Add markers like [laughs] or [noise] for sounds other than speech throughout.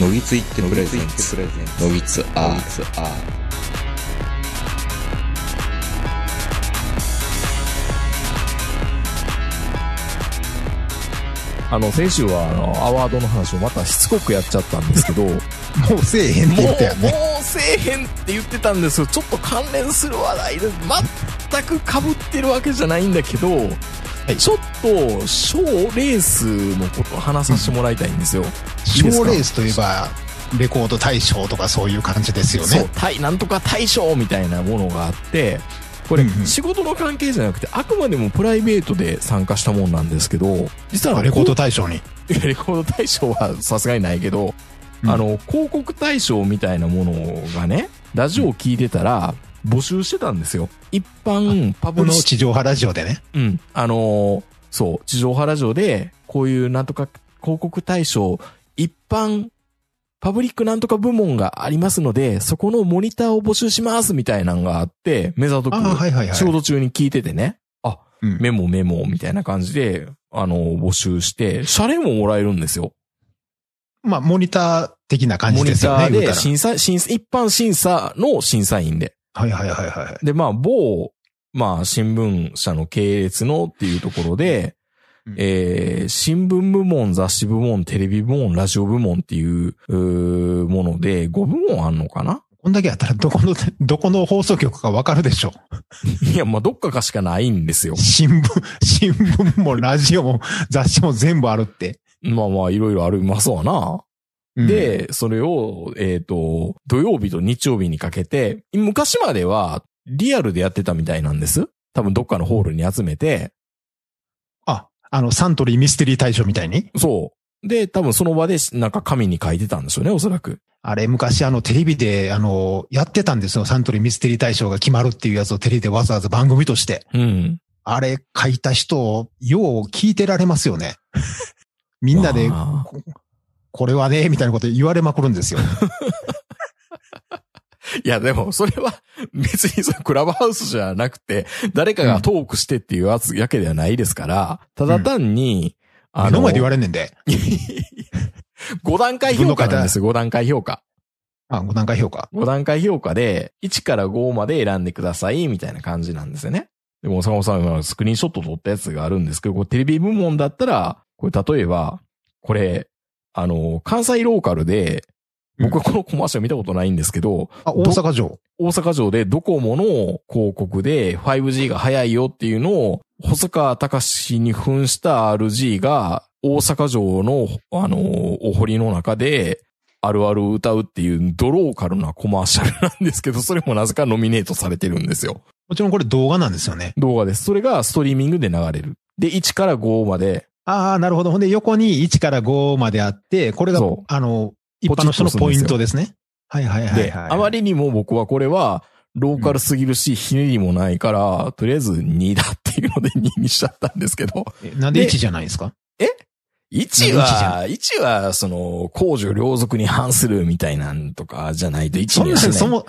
のぎついってプレゼンツプレゼンのぎつアーツアーあの、先週は、あの、アワードの話をまたしつこくやっちゃったんですけ [laughs] ど、もうせえへんって言ったよね。もうせえへんって言ってたんですよ。ちょっと関連する話題で、全く被ってるわけじゃないんだけど、ちょっと、賞レースのことを話させてもらいたいんですよ。賞いいですかレースといえば、レコード大賞とかそういう感じですよそうね。対なんとか大賞みたいなものがあってこれ、うんうん仕事の関係じゃなくてあくまでもプライベートで参加したもんなんですけど実はレコード大賞に。いやレコード大賞はさすがにないけど、うんあの広告大賞みたいなものがねラジオを聞いてたら募集してたんですよ一般パこブリのッシ地上波ラジオでね。うん。あのーそう、地上波ラジオで、こういうなんとか広告対象、一般、パブリックなんとか部門がありますので、そこのモニターを募集しますみたいなのがあって、目ざとく、ああ、はいはいはい。仕事中に聞いててね、あ、うんメモメモみたいな感じで、あのー募集して、シャレももらえるんですよ。まあ、モニター的な感モじニですよタね。ー言うたでら審査、審査、一般審査の審査員で。はいはいはいはい。で、まあ、某、まあ、新聞社の系列のっていうところで、うんえー新聞部門、雑誌部門、テレビ部門、ラジオ部門っていう、うーもので、5部門あんのかな [laughs] こんだけやったら、どこの、どこの放送局かわかるでしょいや、まあ、どっかかしかないんですよう。。新聞、新聞もラジオも雑誌も全部あるって。まあまあ、いろいろありますわな。うん、で、それを、えっ、と、土曜日と日曜日にかけて、昔までは、リアルでやってたみたいなんです。多分どっかのホールに集めて、あ、あの、サントリーミステリー大賞みたいに。そう。で、多分その場で、なんか紙に書いてたんでしょうね、おそらく。あれ、昔、あの、テレビで、あの、やってたんですよ。サントリーミステリー大賞が決まるっていうやつをテレビでわざわざ番組として。うん。あれ、書いた人を、よう聞いてられますよ [laughs] ね。みんなで、わあここれはね、みたいなこと言われまくるんですよ。いや、でも、それは、 [laughs] 別にそのクラブハウスじゃなくて、誰かがトークしてっていうやつやけではないですから、ただ単に、目の前で言われんねんで。 [laughs] 5段階評価なんですよ、5段階評価。あ、ご段階評価。 5段階評価で、1から5まで選んでください、みたいな感じなんですよね。でも、坂本さん今、スクリーンショット撮ったやつがあるんですけど、これテレビ部門だったら、これ例えば、これ、あの、関西ローカルで、僕はこのコマーシャル見たことないんですけど、あ、大阪城。大阪城でドコモの広告で 5G が早いよっていうのを、細川隆史に扮した RG が大阪城の、あの、お堀の中で、あるある歌うっていうドローカルなコマーシャルなんですけど、それもなぜかノミネートされてるんですよ。もちろんこれ動画なんですよね。動画です。それがストリーミングで流れる。で、1から5まで、ああ、なるほど。ほんで、横に1から5まであって、これがそう、あの、一般の人のポイントですね。はいはいはで、い、はい。あまりにも僕はこれは、ローカルすぎるし、ひねりもないから、とりあえず2だっていうので2にしちゃったんですけど。えなんでで1じゃないですか1一じは、1は、その、公序良俗に反するみたいなんとかじゃないと1そんになはしん、ない。そも、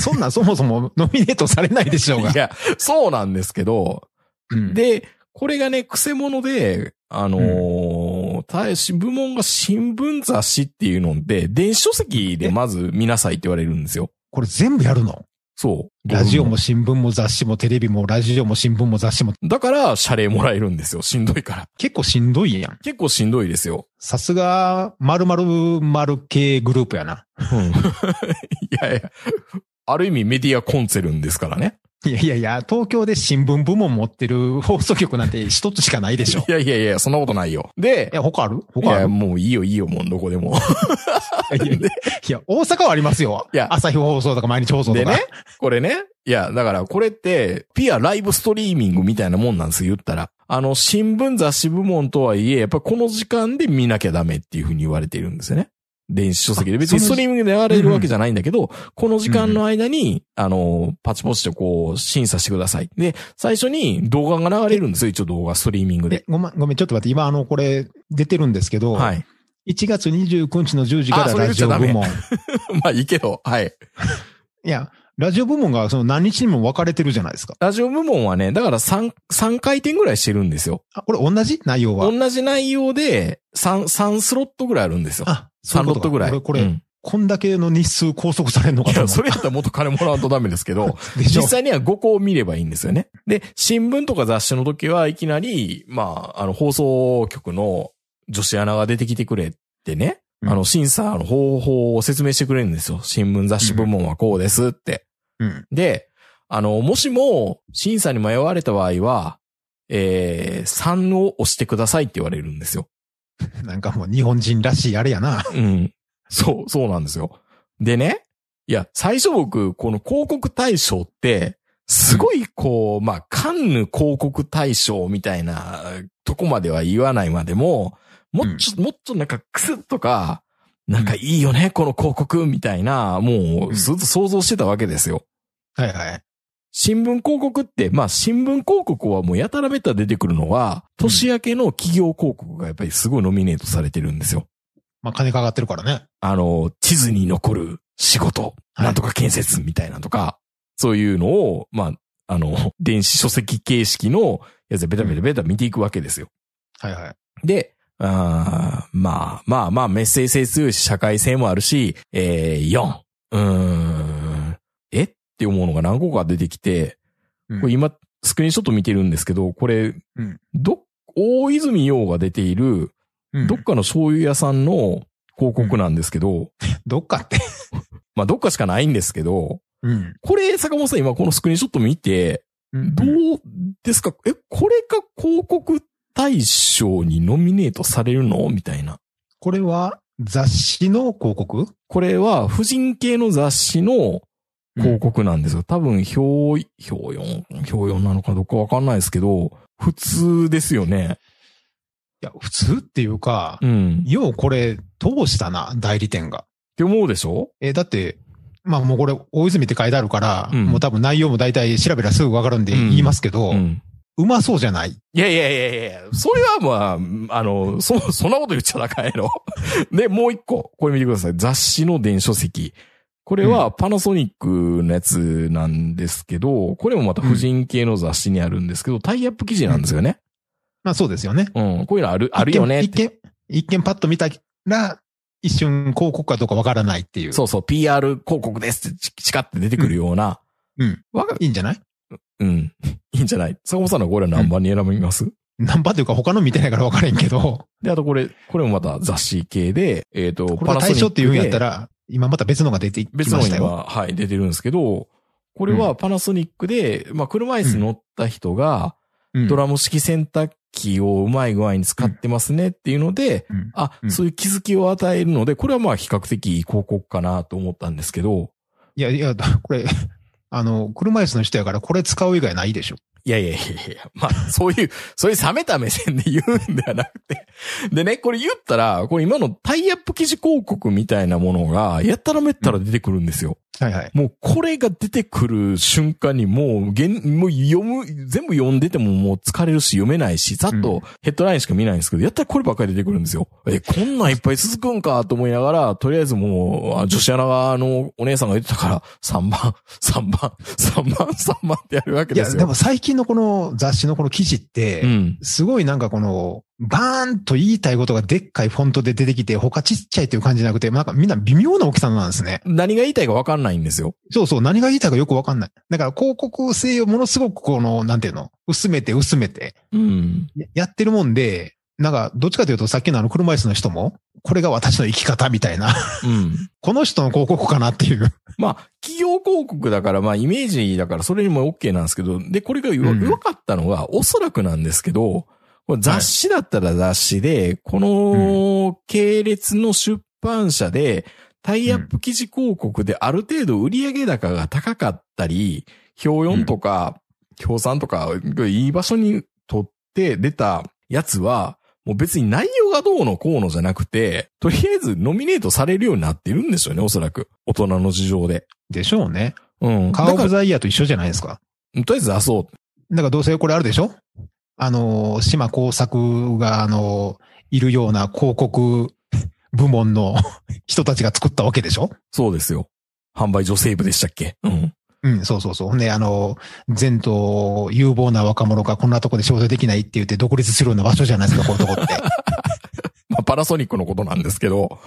そんなんそもそもノミネートされないでしょうが [laughs] い。や、そうなんですけど、うん、で、これがね、クセ者で、あのー、大使部門が新聞雑誌っていうので、電子書籍でまず見なさいって言われるんですよ。これ全部やるのそう。ラジオも新聞も雑誌もテレビもラジオも新聞も雑誌もだから、謝礼もらえるんですよ。しんどいから。結構しんどいやん。結構しんどいですよ。さすが、〇〇〇系グループやな。いやいや、ある意味メディアコンツェルンですからね。いやいやいや、東京で新聞部門持ってる放送局なんて一つしかないでし [laughs] ょ。いいやいやいや、そんなことないよ。で、や、他あるい他あや、るもういいよいいよ、もうどこで [laughs] も。いやいやいやいや、大阪はありますよ。いや朝日放送とか毎日放送とでか。ね、これね、いや、だからこれって、ピアライブストリーミングみたいなもんなんですよ、言ったら。あの、新聞雑誌部門とはいえ、やっぱこの時間で見なきゃダメっていうふうに言われているんですよね。電子書籍で。別にそスのトリーミングで流れるわけじゃないんだけど、この時間の間に、あの、パチポチとこう、審査してください。で、最初に動画が流れるんですよ、一応動画、ストリーミングえで。ごめん、ごめん、ちょっと待って、今あの、これ出てるんですけど、はい。 [laughs] 1月29日の10時かあらそれラ言っちジゃオダメ部門。まあいいけど、はい。いや、ラジオ部門がその何日にも分かれてるじゃないですか。ラジオ部門はね、だから3、三回転ぐらいしてるんですよ。あ、これ同じ内容は。同じ内容で、3、三スロットぐらいあるんですよ。あ、そう3いうロこットとかぐらい。これ、これ、うんこんだけの日数拘束されるのかいと思や、うそれやったらもっと金もらわんとダメですけど、 [laughs] でしょ実際には5個を見ればいいんですよね。で、新聞とか雑誌の時はいきなり、まあ、あの、放送局の女子アナが出てきてくれってね、うんあの、審査の方法を説明してくれるんですよ。新聞雑誌部門はこうですって。うん。で、あの、もしも審査に迷われた場合は、えー、3を押してくださいって言われるんですよ。なんかもう日本人らしいあれやな。 [laughs] うん。そう、そうなんですよ。でね、いや、最初僕、この広告大賞って、すごいこう、まあ、カンヌ広告大賞みたいなとこまでは言わないまでも、もっちょ、もっとなんかクスッとか、なんかいいよね、この広告みたいな、もうずっと想像してたわけですよ。はいはい。新聞広告って、まあ新聞広告はもうやたらめったら出てくるのは、年明けの企業広告がやっぱりすごいノミネートされてるんですよ。まあ金かかってるからね。あの、地図に残る仕事、はいなんとか建設みたいなとか、そういうのを、まあ、あの、 [laughs] 電子書籍形式のやつでベタベタベタ見ていくわけですよ。はいはい。で、あーまあまあまあ、メッセージ性強いし、社会性もあるし、えー、4。うーん。えって思うのが何個か出てきて、うんこれ今、スクリーンショット見てるんですけど、これ、うんど、大泉洋が出ている、うんどっかの醤油屋さんの広告なんですけど、どっかって。まあ、どっかしかないんですけど、うん。これ、坂本さん、今このスクリーンショット見て、うんどうですかえ、これが広告大賞にノミネートされるのみたいな。これは雑誌の広告これは、婦人系の雑誌の広告なんですよ。多分、表、表4、表4なのかどうかわかんないですけど、普通ですよね。いや、普通っていうか、うん。っようこれ通したな、代理店が。て思うでしょえーだって、まあもうこれ、大泉って書いてあるから、うんもう多分内容も大体調べたらすぐわかるんでうん言いますけど、う。うんまそうじゃない。いやいやいやいやそれはまあ、あの、そ、そんなこと言っちゃなかんやろ。 [laughs] で、もう一個、これ見てください。雑誌の電子書籍。これはパナソニックのやつなんですけど、これもまた婦人系の雑誌にあるんですけど、タイアップ記事なんですよね。まあそうですよね。うん、こういうのある、あるよねっ一て。見、一見一見パッと見たら、一瞬広告かどうかわからないっていう。そうそう、PR 広告ですって、チチカって出てくるような。うん。わかる。いいんじゃないうん。 [laughs] いいんじゃない坂本さんのこれは何番に選びます、ナンパというか他の見てないからわからへんけど、で、あとこれ、これもまた雑誌系で、えっ、と、これが対象っていうんやったら、今また別のが出てきま別のしたによ。は、はい、出てるんですけど、これはパナソニックで、まあ、車椅子乗った人が、うんドラム式洗濯機をうまい具合に使ってますねっていうので、うんあう、んそういう気づきを与えるので、これはまあ比較的いい広告かなと思ったんですけど、いやいや、 [laughs] これ、あの、車椅子の人やからこれ使う以外ないでしょ。いやいやいやいや、まあ、そういう、そういう冷めた目線で言うんではなくて。でね、これ言ったら、これ今のタイアップ記事広告みたいなものが、やったらめったら出てくるんですよ。はいはい。もうこれが出てくる瞬間にもう、げんもう読む、全部読んでてももう疲れるし読めないし、ざっうとヘッドラインしか見ないんですけど、やったらこればっかり出てくるんですよ。え、こんなんいっぱい続くんかと思いながら、とりあえずもう、あ女子アナがあのお姉さんが言ってたから、3番、3番、3番、3番ってやるわけいでや、すよ。でも最近のこの雑誌のこの記事って、うん。すごいなんかこの、バーンと言いたいことがでっかいフォントで出てきて、他ちっちゃいという感じじゃなくて、なんかみんな微妙な大きさなんですね。何が言いたいか分かんないんですよ。そうそう、何が言いたいかよくわかんない。だから広告性をものすごくこの、なんていうの、薄めて薄めて、うん。ややってるもんで、なんかどっちかというとさっきのあの車椅子の人も、これが私の生き方みたいな、 [laughs] うん。この人の広告かなっていう。まあ、企業広告だから、まあ、イメージだから、それにも OK なんですけど、で、これがようんよかったのは、おそらくなんですけど、これ雑誌だったら雑誌で、この系列の出版社で、タイアップ記事広告である程度売上高が高かったり、表4とか、表3とか、いい場所に取って出たやつは、もう別に内容がどうのこうのじゃなくて、とりあえずノミネートされるようになってるんでしょうね、おそらく。大人の事情で。でしょうね。うん。カーオだかブら、とザイヤーと一緒じゃないですか。りあえず出そう。だからどうせこれあるでしょあの、島工作が、あの、いるような広告部 [laughs] 門の人たちが作ったわけでしょそうですよ。販売女性部でしたっけうん。うん、そうそうそう。ほんで、あの、前途有望な若者がこんなとこで仕事できないって言って独立するような場所じゃないですか、このとこって。まあ、パナソニックのことなんですけど、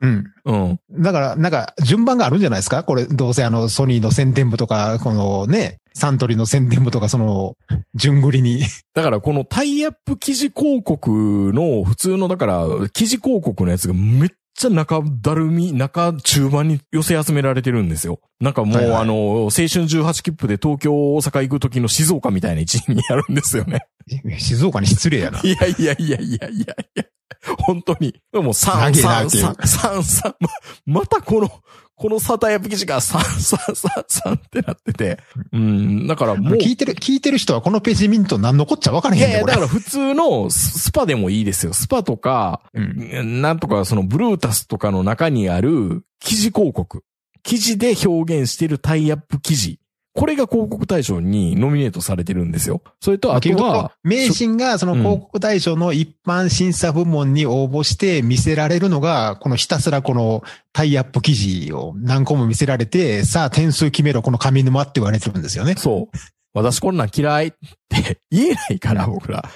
うん。うん。だから、なんか、順番があるんじゃないですかこれ、どうせあの、ソニーの宣伝部とか、このね、サントリーの宣伝部とか、その、順繰りに。 [laughs] だからこのタイアップ記事広告の普通のだから記事広告のやつがめっちゃ中だるみ、中中盤に寄せ集められてるんですよ。なんかもはいうはいあの、青春18切符で東京大阪行く時の静岡みたいな位置にやるんですよね。静岡に失礼やな。 [laughs] いやいやいやいやいやいや。本当に。でも三長い三なっていう三三三ま、またこの、このサタイアップ記事が三三三三ってなってて。うん、だからもう。聞いてる、聞いてる人はこのページ見んと何のこっちゃ分からへいんねやんいでや、これだから普通のススパでもいいですよ。スパとか、うん。なんとかそのブルータスとかの中にある記事広告。記事で表現しているタイアップ記事。これが広告大賞にノミネートされてるんですよ。それとあと結局は、、名神がその広告大賞の一般審査部門に応募して見せられるのが、このひたすらこのタイアップ記事を何個も見せられて、さあ点数決めろ、この上沼って言われてるんですよね。そう。私こんなん嫌いって言えないから、僕ら。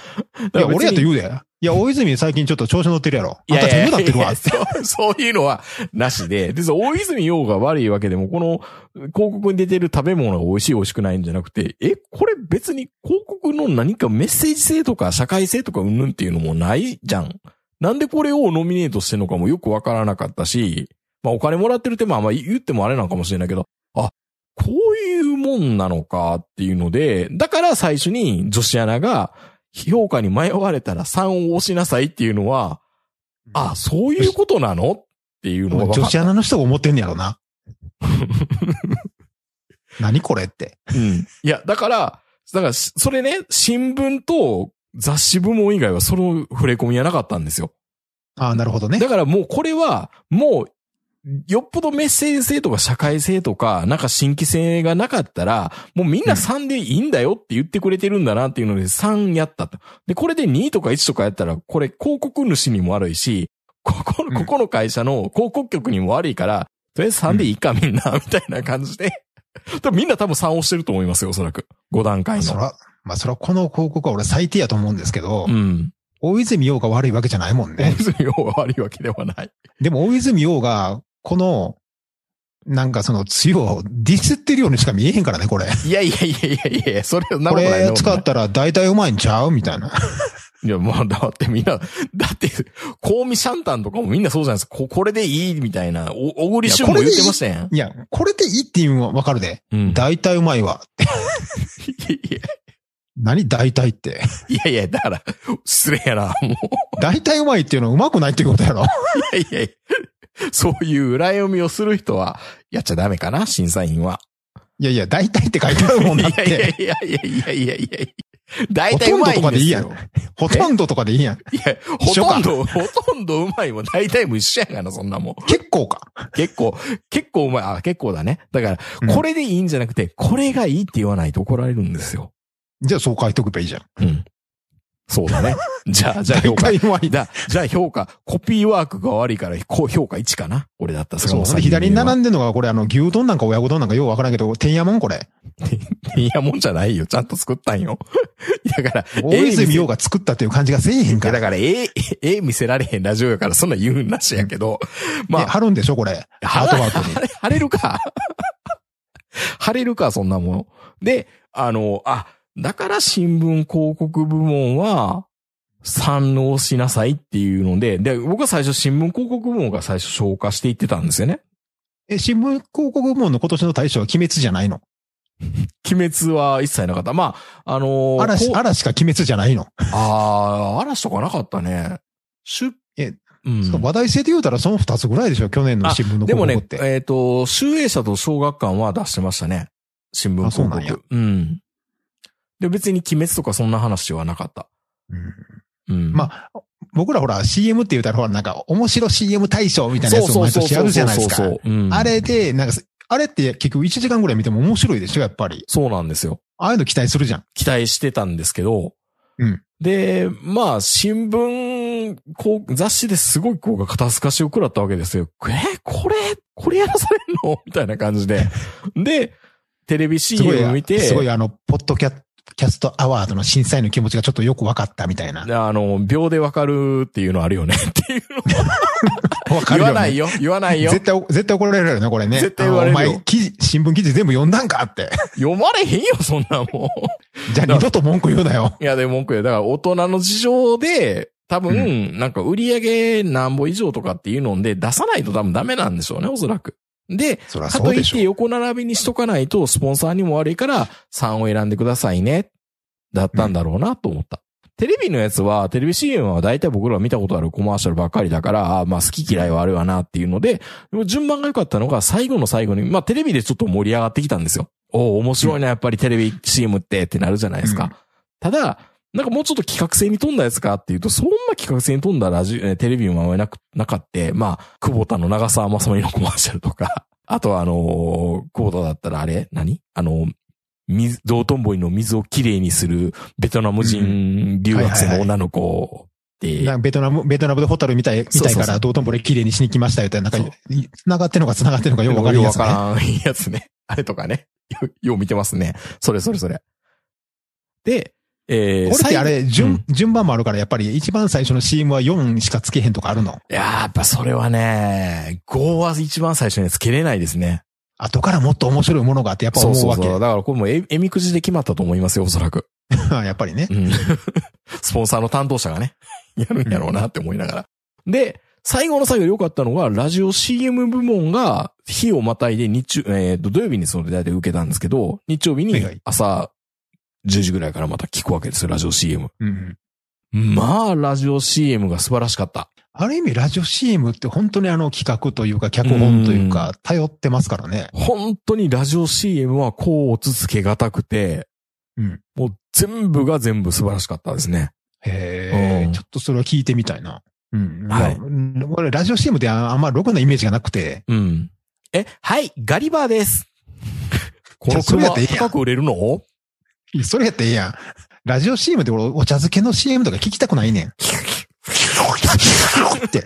いや、俺やとう。言うで。いや、大泉最近ちょっと調子乗ってるやろ。いあんやたいや手いになやっいてるわや。 [laughs] そうそういうのはなしで。で、そう大泉洋が悪いわけでも、この広告に出てる食べ物が美味しい美味しくないんじゃなくて、え、これ別に広告の何かメッセージ性とか社会性とかうんぬんっていうのもないじゃん。なんでこれをノミネートしてんのかもよくわからなかったし、まあお金もらってるってまあまあ言ってもあれなのかもしれないけど、あ、こういうもんなのかっていうので、だから最初に女子アナが評価に迷われたら3を押しなさいっていうのは、あ、そういうことなのっていうのが分か女った子アナの人が思ってんねや [laughs] ろな。何これって。うん。いや、だから、だからし、それね、新聞と雑誌部門以外はその触れ込みはなかったんですよ。ああ、なるほどねだ。からもうこれは、もう、よっぽどメッセージ性とか社会性とか、なんか新規性がなかったら、もうみんな3でいいんだよって言ってくれてるんだなっていうので3やったと。で、これで2とか1とかやったら、これ広告主にも悪いし、ここうんの、ここの会社の広告局にも悪いから、とりあえず3でいいかみんな、みたいな感じで。多分みんな多分3をしてると思いますよ、おそらく。5段階その。ら、まあそらこの広告は俺最低やと思うんですけど、うん。大泉洋が悪いわけじゃないもん大ね。泉洋が悪いわけではない。でも大泉洋が、この、なんかその強をディスってるようにしか見えへんからね、これ。いやいやいやいやいや、それはなこことないれなこと使ないったら大体うまいんちゃうみたいな。いや、まあ、だってみんな、だって、コウミシャンタンとかもみんなそうじゃないですか。ここれでいいみたいな、お、おごりしゅんも言ってましたやん。いや、これでいいっていうのはわかるで。うん。 [laughs] 大体うまいわ。何大体って。いやいや、だから、失礼やな、 [laughs] も大体うまいっていうのはうまくないっていうこと [laughs] やろ。う。いやいやそういう裏読みをする人は、やっちゃダメかな、審査員は。いやいや、大体って書いてあるもんいだやっいやて。いやいやいやいやいや大体うまいんですよ。ほとんどとかでいいやんほといんどとかでいいやん。や、ほ一緒かとんど、ほとんどうまいも大体も一緒やがな、そんなもん。結構か。結構、結構うまい。あ、結構だね。だかうんら、これでいいんじゃなくて、これがいいって言わないと怒られるんですよ。じゃあそう書いとけばいいじゃうん。ん。そうだね。 [laughs] じゃあ、じゃあ評大価。体うまい。だ、じゃあ評価。コピーワークが悪いから、こう評価1かな俺だったらそう。で左に並んんでるのが、これあの、牛丼なんか親子丼なんかようわからんけど、天やもんこれ。で。いや、もんじゃないよ。ちゃんと作ったんよ。 [laughs] だから、大泉洋が。が作ったっていう感じがせえへんいかやら。だから、ええ、ええ見せられへんラジオやから、そんな言うんなしやけど。ままああ、、貼るんでしょ、これ。ハートワークに。晴れ、晴れるか。 [laughs] 晴れるか、そんなもの。で、あの、あ、だから新聞広告部門は、賛応しなさいっていうので、で、僕は最初新聞広告部門が最初消化していってたんですよね。え、新聞広告部門の今年の大賞は鬼滅じゃないの鬼滅は一切なかった。まあ、あのー嵐、こう嵐か鬼滅じゃないの、あー嵐とかなかったね。出、え、うんそう話題性で言うたらその二つぐらいでしょ去年の新聞ので広も告っね、て。えっ、と、集英社と小学館は出してましたね。新聞あそう広なんや告。うん。で、別に鬼滅とかそんな話はなかった。うんうん。ま僕らほら CM って言うたらほらなんか面白 CM 大賞みたいなそやうつをそう毎そう年やそうるじそゃうないですそか。う。うんあれで、なんか、あれって結局1時間ぐらい見ても面白いでしょやっぱり。そうなんですよ。ああいうの期待するじゃん。期待してたんですけど。うんで、まあ、新聞、こう、雑誌ですごいこうが肩透かしを食 [laughs] らったわけですよ。え、これ、これやらされんのみたいな感じで。で、テレビ CM を見て、すごいあの、ポッドキャキャストアワードの審査員の気持ちがちょっとよく分かったみたいな。あの、秒でわかるっていうのあるよねっていうのをわか言るよ、わね。ないよ。言わないよ。絶対、絶対怒られるよね、これね。絶対言われるよあのお前、記事、新聞記事全部読んだんかって。読まれへんよ、そんなもじゃあ二度と文句言うなよ。ん。いや、でも文句や。だから大人の事情で、多分、うなんか売り上げ何本以上とかっていうので出さないと多分ダメなんでしょうね、おそらく。で、そりゃかそとういっでしてょ。横並びにしとかないと、スポンサーにも悪いから3を選んでくださいね。だったんだろうなと思った。テレビのやつは、テレビ CM は大体僕らが見たことあるコマーシャルばっかりだから、あーまあ好き嫌いはあるわなっていうので、でも順番が良かったのが最後の最後に、まあテレビでちょっと盛り上がってきたんですよ。おお、面白いな、やっぱりテレビ CM ってってなるじゃないですうんか。ただ、なんかもうちょっと企画性に富んだやつかっていうと、そんな企画性に富んだラジオ、えーテレビもあまりなく、なかって、まあ、久保田の長澤まさみのコマーシャルとか、 [laughs] あとはあのー久保田だったらあれ何あのー水、道頓堀の水をきれいにするベトナム人留学生の女の子って、なんかベトナム、ベトナムでホタル見たい、見そうたいそうかそうら道頓堀綺麗にしに来ましたよって、なんかそう、繋がってんのか繋がってんのかよくわかりやすい、ね。よくわからんやつね。 [laughs] あれとかね。よよう見てますね。それそれそれ。で、えー、これってあ最れ、後うん順、順番もあるから、やっぱり一番最初の CM は4しかつけへんとかあるの。いやーやっぱそれはね、5は一番最初につけれないですね。後からもっと面白いものがあって、やっぱそう思うそうわけ。そう。だからこれもええみくじで決まったと思いますよ、おそらく。 [laughs] やっぱりねう。ん。スポンサーの担当者がね、 [laughs] やるんやろうなって思いながら。で、最後の最後で良かったのが、ラジオ CM 部門が、日をまたいで日中、えーと、土曜日にその大体受けたんですけど、日曜日はいにはい朝10時ぐらいからまた聞くわけですよ、ラジオ CM。うん。まあ、ラジオ CM が素晴らしかった。ある意味、ラジオ CM って本当にあの企画というか、脚本というか、頼ってますからね。本当にラジオ CM はこうつつけがたくて、うんもう全部が全部素晴らしかったですね。へうんえ、ちょっとそれは聞いてみたいな。うん。はいいや。俺、ラジオ CM ってああんまろくなイメージがなくて。うん。え、はい、ガリバーです。このそれや車ったらいいやん高く売れるのいやそれやってええやん。ラジオ CM で俺、お茶漬けの CM とか聞きたくないねん。って。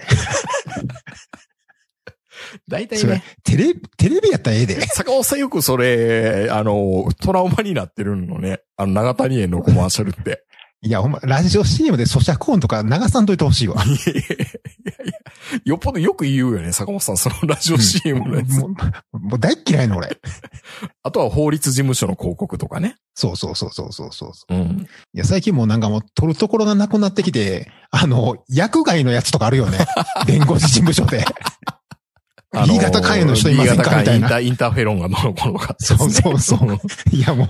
大体それね、、テレ、テレビやったらええで。坂本さんよくそれ、あの、トラウマになってるのね。あの、長谷園のコマーシャルって。いや、ほんま、ラジオ CM で咀嚼音とか流さんといてほしい [laughs] わ。いやいやいや、よっぽどよく言うよね、坂本さん、そのラジオ CM のやつ。もう、もう大っ嫌いの俺。あとは法律事務所の広告とかね。そうそうそうそうそうそう。うん。いや、最近もうなんかもう取るところがなくなってきて、あの、薬害のやつとかあるよ [laughs] ね。弁護士事務所で。B 型肝炎の人いません B 型かみた肝炎いインな。タインターフェロンがどうのこうのかってやつね、そうそうそういや、も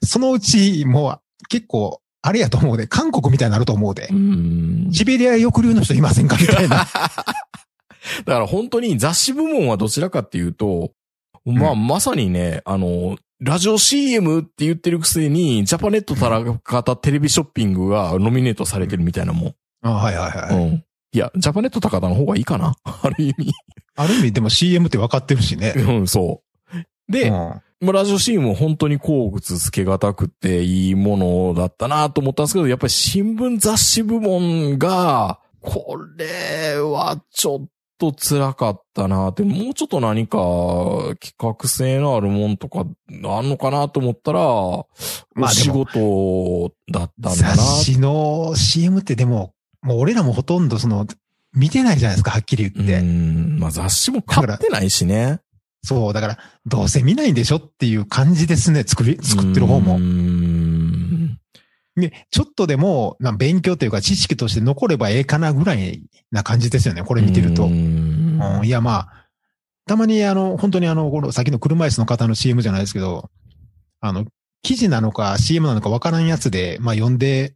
う、そのうち、もう、結構、あれやと思うで、韓国みたいになると思うでう。ん。シベリア抑留の人いませんかみたいだな。から本当に雑誌部門はどちらかっていうと、まあ、うまさにね、あの、ラジオ CM って言ってるくせに、ジャパネットたらかたテレビショッピングがノミネートされてるみたいなもん。あはいはいはい。うん。いや、ジャパネット高田の方がいいかな [laughs] ある意味。ある意味でも CM って分かってるしね。うん、そう。で、うんまあラジオ CM も本当に好物つけがたくていいものだったなと思ったんですけど、やっぱり新聞雑誌部門が、これはちょっと辛かったなって、もうちょっと何か企画性のあるもんとかあんのかなと思ったら、ままあ、あ仕でも事だったんだな雑誌の CM ってでも、もう俺らもほとんどその、見てないじゃないですか、はっきりう言って。ん、まあ雑誌も買ってないしね。そう、だから、どうせ見ないんでしょっていう感じですね、作り、作ってる方うも。んね、ちょっとでも、な勉強というか知識として残ればええかなぐらいな感じですよね、これ見てると。うんうんいや、まあ、たまにあの、本当にあの、この先の車椅子の方の CM じゃないですけど、あの、記事なのか CM なのかわからんやつで、まあ読んで、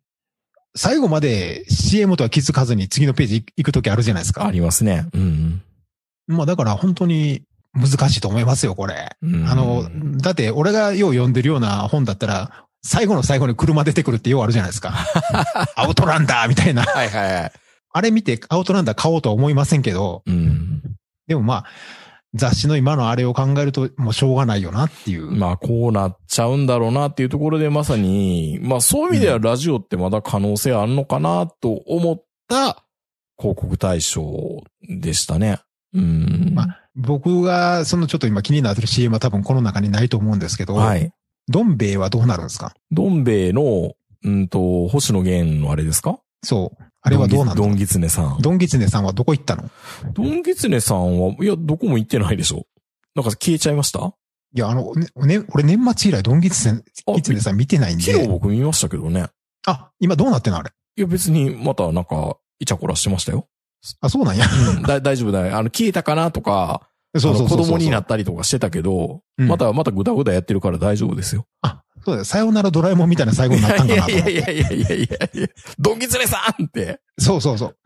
最後まで CM とは気づかずに次のページ行くときあるじゃないですあか。りますね。うんまあだから本当に難しいと思いますよ、これ。うんあの、だって俺がよう読んでるような本だったら、最後の最後に車出てくるってようあるじゃないです [laughs] か。アウトランダーみたいな。はいはいはい。あれ見てアウトランダー買おうとは思いませんけど、うん。でもまあ、雑誌の今のあれを考えると、もうしょうがないよなっていう。まあ、こうなっちゃうんだろうなっていうところでまさに、まあ、そういう意味ではラジオってまだ可能性あんのかなと思った広告対象でしたね。うん。ま僕が、そのちょっと今気になってる CM は多分この中にないと思うんですけど、はい。どん兵衛はどうなるんですかどん兵衛の、うんと、星野源のあれですかそう。あれはどうなんドだンギツネさん。ドンギツネさんはどこ行ったのドンギツネさんは、いや、どこも行ってないでしょ。なんか消えちゃいましたいや、あの、ね、ね俺年末以来ドンギツネあギツネさん見てないん昨日で、僕見ましたけどね。あ、今どうなってんのあれ。いや、別にまたなんか、イチャコラしてましたよ。あ、そうなんや。うん、だ大丈夫だよ。あの、消えたかなとか、そうそうそうそうあの子供になったりとかしてたけど、うんまた、またぐだぐだやってるから大丈夫ですよ。あ、そうだよ。さよならドラえもんみたいな最後になったんいかなやとい思っやいやいて。やいやいやいや、ドンギツネさんって。そうそうそう。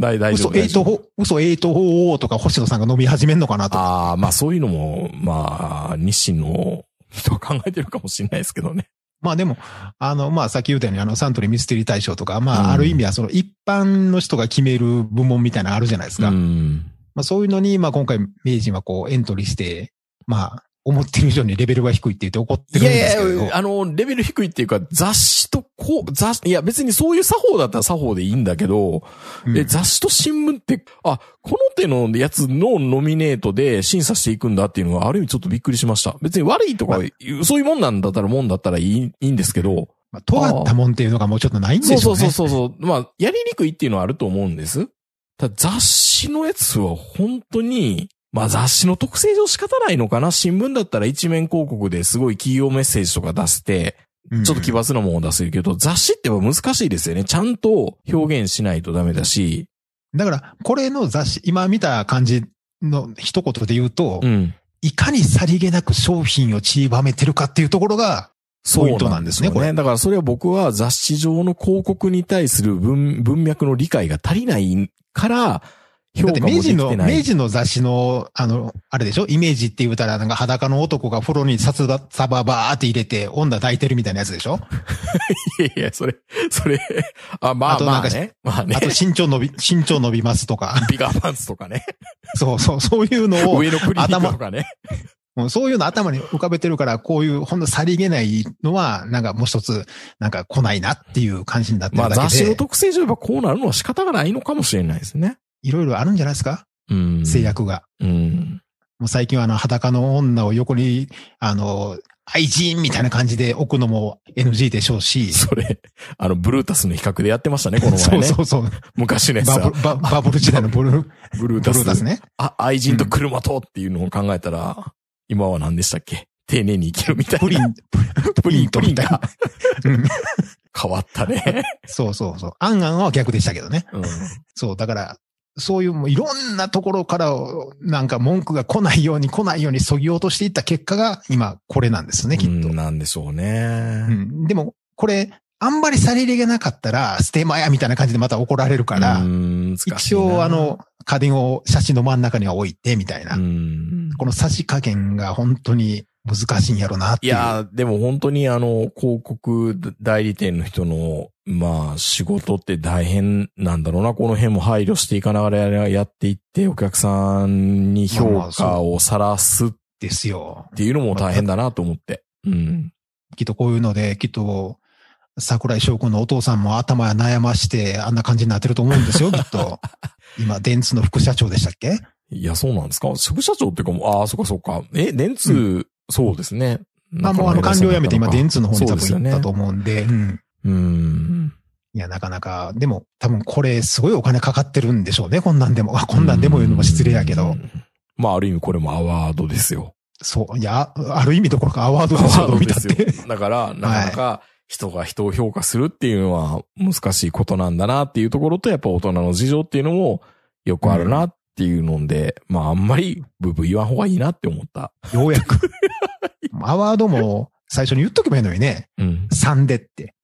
大大丈嘘夫。エ大イ丈ト夫ホ、嘘エイトホーとか星野さんが飲み始めんのかなと。ああ、まあそういうのも、まあ、日清の人は考えてるかもしれないですけどね。まあでも、あの、まあさっき言ったようにあのサントリーミステリー大賞とか、まうんあある意味はその一般の人が決める部門みたいなのあるじゃないですか。ん。まあそういうのに、まあ今回名人はこうエントリーして、まあ思ってる以上にレベルが低いって言って怒っているんでやすけど。いや、あの、レベル低いっていうか、雑誌とこう、雑誌、いや別にそういう作法だったら作法でいいんだけど、うんえ雑誌と新聞って、あ、この手のやつのノミネートで審査していくんだっていうのは、ある意味ちょっとびっくりしました。別に悪いとか、そういうもんなんだったらもんだったらいいいいんですけど、まあ、尖ったもんっていうのがもうちょっとないんでしそょううね。そうそうそうそう。まあ、やりにくいっていうのはあると思うんです。ただ雑誌のやつは本当に、まあ雑誌の特性上仕方ないのかな新聞だったら一面広告ですごい企業メッセージとか出して、うんちょっと奇抜なものを出せるけど、雑誌ってやっぱ難しいですよね。ちゃんと表現しないとダメだし。だから、これの雑誌、今見た感じの一言で言うと、うん。いかにさりげなく商品を散りばめてるかっていうところが、ポイントなんですねそうよだからそれは僕は雑誌上の広告に対する文文脈の理解が足りないから、評価だってもで明きて治なの、い。明治の雑誌の、あの、あれでしょイメージって言うたら、なんか裸の男が風呂にさつば、サババーって入れて、女抱いてるみたいなやつでしょいやいや、それ、それ、あ、まああとまなんあかね。まあねあと。身長 [laughs] 伸び、身長伸びますとか、ビガーパンツとかね。そうそう、そうい [laughs] うのを上のクリニックとかね。うん、そういうの頭に浮かべてるから、こういうほんのさりげないのは、なんかもう一つ、なんか来ないなっていう感じになってるまだあけで、雑誌の特性上はこうなるのは仕方がないのかもしれないですね。いろいろあるんじゃないですかうん。制。約が。うん。もう最近はあの裸の女を横に、あの、愛人みたいな感じで置くのも NG でしょうし。それ、あの、ブルータスの比較でやってましたね、この前ね。 [laughs] そうそうそう。昔のやつバブは。ルババブル時代のブルー、ブブルールタス。ーですね。あ、愛人と車とっていうのを考えたら、今は何でしたっけ丁寧に生きるみたいな。プリン、プリンとみたいなプ。うん変わった [laughs] ね。そうそうそう。アンアンは逆でしたけどね。うん。そう、だから、そういうもういろんなところから、なんか文句が来ないように来ないようにそぎ落としていった結果が、今これなんですね、きっとう。んなんでしょううね。んでも、これ、あんまりさりげなかったら、ステマやみたいな感じでまた怒られるから、うん、難しいな一応、あ、の、家電を写真の真ん中には置いて、みたいな。うん。この差し加減が本当に難しいんやろなっていいう。やー、でも本当にあの、広告代理店の人の、まあ、仕事って大変なんだろうな。この辺も配慮していかながらやっていって、お客さんにまあま評あそう価をさらすっですよ。ていうのも大変だなと思って。うん。きっとこういうので、きっと、桜井翔くんのお父さんも頭や悩まして、あんな感じになってると思うんですよ、きっ [laughs] と。今、電通の副社長でしたっけいや、そうなんですか副社長っていうかもう、ああ、そっかそっか。え、電通、そうですね。まあもうあの官僚辞めて今、電電通の方に多分行ったと思うんで、うん。うん。いや、なかなか、でも、多分これ、すごいお金かかってるんでしょうね、こんなんでも。あこんなんでも言うのも失礼やけうど。ん。まあ、ある意味これもアワードですよ。そう、いや、ある意味どころかアワードでしょ、どう見たって。だ [laughs] から、なかなか人が人を評価するっていうのは難しいことなんだなっていうところと、やっぱ大人の事情っていうのもよくあるなっていうので、まああんまりブーブー言わん方がいいなって思った。ようや [laughs] く。アワードも最初に言っとけばいいのにね。うん。 3でって。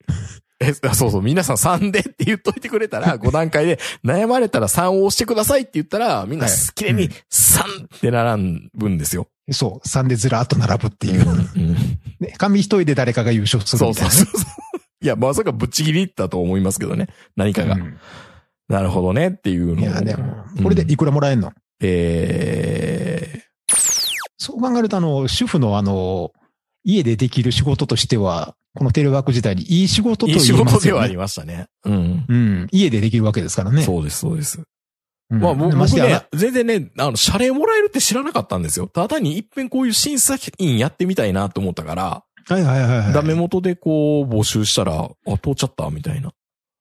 え、あそうそう、皆さん3でって言っといてくれたら、5段 [laughs] 階で悩まれたら3を押してくださいって言ったら、みんなはい綺麗に3って並ぶんですよ。そう、3でずらっと並ぶっていう。うんね、紙一重で誰かが優勝するそうみたそいうなね。そうそう。いや、まさかぶっちぎりだと思いますけどね。何かが。うんなるほどねっていうのをいや、でも、これでいくらもらえんのえそう考えると、あの、主婦のあの、家でできる仕事としては、このテレワーク時代にいい仕事ー、いと言いいます仕よ、ね。事ではありましたね。うん。うん。家でできるわけですからね。そうです、そうです。うんまあ、僕でましてやねな、全然ね、あの、謝礼もらえるって知らなかったんですよ。ただ単に一遍こういう審査員やってみたいなと思ったから、はいはいはいはい。ダメ元でこう募集したら、あ、通っちゃったみたいな。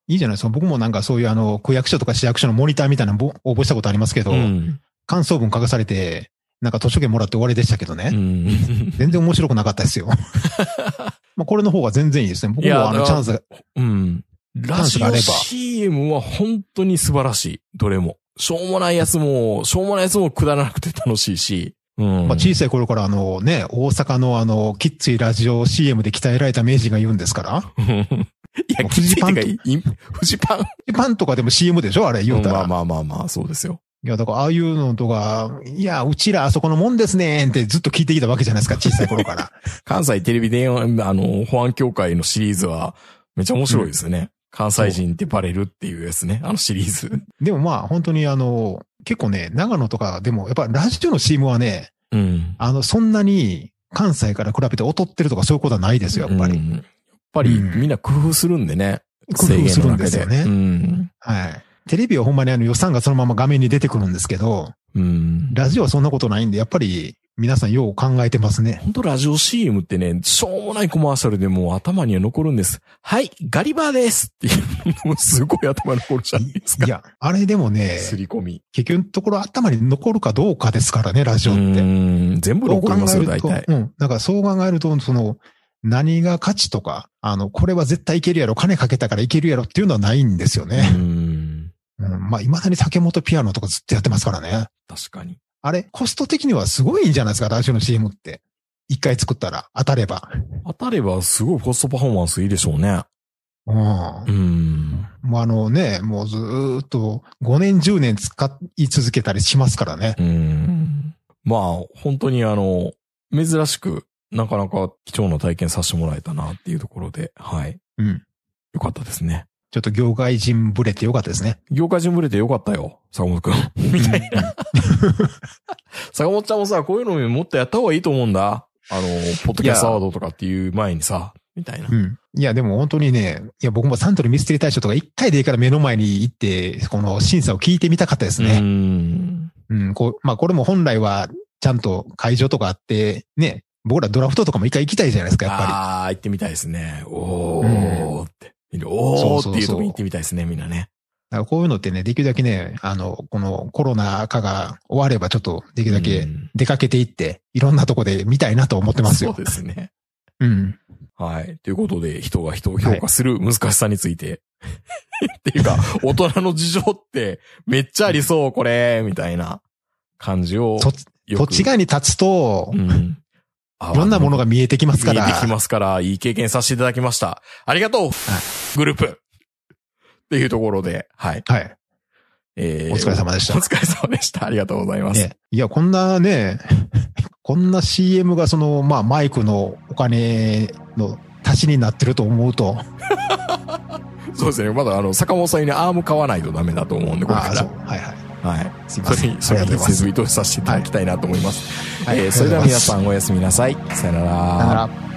いいじゃないですか。僕もなんかそういうあの、区役所とか市役所のモニターみたいなのぼ応募したことありますけど、ん。感想文書かされて、なんか図書券もらって終わりでしたけどね。うん。全然面白くなかっ [laughs] たですよ。まあこれの方が全然いいですね。僕いやもあのだかチャらンスが、うん。ラジがあオれば CM は本当に素晴らしい。どれも。しょうもないやつも、しょうもないやつもくだらなくて楽しいし。うん。ま [laughs] あ小さい頃からあのね、大阪のあの、キッツイラジオ CM で鍛えられた名人が言うんですから。いや、きつフジいパてンかとい、いフジパン。パンとかでも CM でしょあれ言うたら。まあまあまあまあ、そうですよ。いや、だからああいうのとか、いや、うちらあそこのもんですねんってずっと聞いてきたわけじゃないですか、小さい頃から。 [laughs] 関西テレビ電話、あの、保安協会のシリーズは、めっちゃ面白いですよね。関西人ってバレるっていうやつね。あのシリーズ。でもまあ本当にあの、結構ね、長野とかでもやっぱラジオの CM はね、うん。あの、そんなに関西から比べて劣ってるとかそういうことはないですよ、やっぱり。うんやっぱり、うんみんな工夫するんでね。工夫するんで制す限の中でよね。うん。はい。テレビはほんまにあの予算がそのまま画面に出てくるんですけど、うん。ラジオはそんなことないんで、やっぱり皆さんよう考えてますね。本当ラジオ CM ってね、しょうもないコマーシャルでもう頭には残るんです。はい、ガリバーですっていうのすごい頭に残るじゃないですか。いや、あれでもね、すり込み。結局のところ頭に残るかどうかですからね、ラジオって。うん全部そ残う考りますよ、える大と体、。うん。だからそう考えると、その、何が価値とか、あの、これは絶対いけるやろ、金かけたからいけるやろっていうのはないんですよね。うんうん、まあ、未だに竹本ピアノとかずっとやってますからね。確かに。あれ、コスト的にはすごいんじゃないですか、ラジオの CM って。一回作ったら、当たれば。当たればすごいコストパフォーマンスいいでしょうね。うん。もうん。うあのね、もうずーっと5年10年使い続けたりしますからね。うん。まあ、本当にあの、珍しく、なかなか貴重な体験させてもらえたなっていうところで、はい。うん。よかったですね。ちょっと業界人ぶれてよかったですね。業界人ぶれてよかったよ、坂本くん。みたいな。 [laughs] 坂本ちゃんもさ、こういうのもっとやった方がいいと思うんだ。あの、ポッドキャストアワードとかっていう前にさ、みたいなう。ん。いや、でも本当にね、いや、僕もサントリーミステリー大賞とか一回でいいから目の前に行って、この審査を聞いてみたかったですうね。ん。うん、こう、まあ、これも本来は、ちゃんと会場とかあって、ね、僕らドラフトとかも一回行きたいじゃないですか、やっぱり。ああ、行ってみたいですね。おーって。おーっていうとこに行ってみたいですね、みんなね。だからこういうのってね、できるだけね、あの、このコロナ禍が終わればちょっとできるだうけん出かけていって、いろんなとこで見たいなと思ってますよそ。うですね。うん。はい。ということで、人が人を評価する難しさについて。ってい [laughs] うか、大人の事情ってめっちゃありそう、これ、みたいな感じをそよ土く。地側に立つとう、ん。いいろんなものが見えてきますか見えてきら、ますから、いい経験させていただきました。ありがとう、グループっていうところで、はい。はい。えお疲れ様でしおた。疲れ様でした。ありがとうございます。ね、いや、こんなね、 [laughs] こんな CM がその、まあ、マイクのお金の足しになってると思うと、そうですね。まだあの、坂本さんにアーム買わないとダメだと思うんで、これあかあ、そう。ら。はいはい。はい。すいまそせれん。に、それありにがとうございます追悼させていただきたいなと思います。はいえーそれでは皆さん、んおやすみなさい。さよなら。さよなら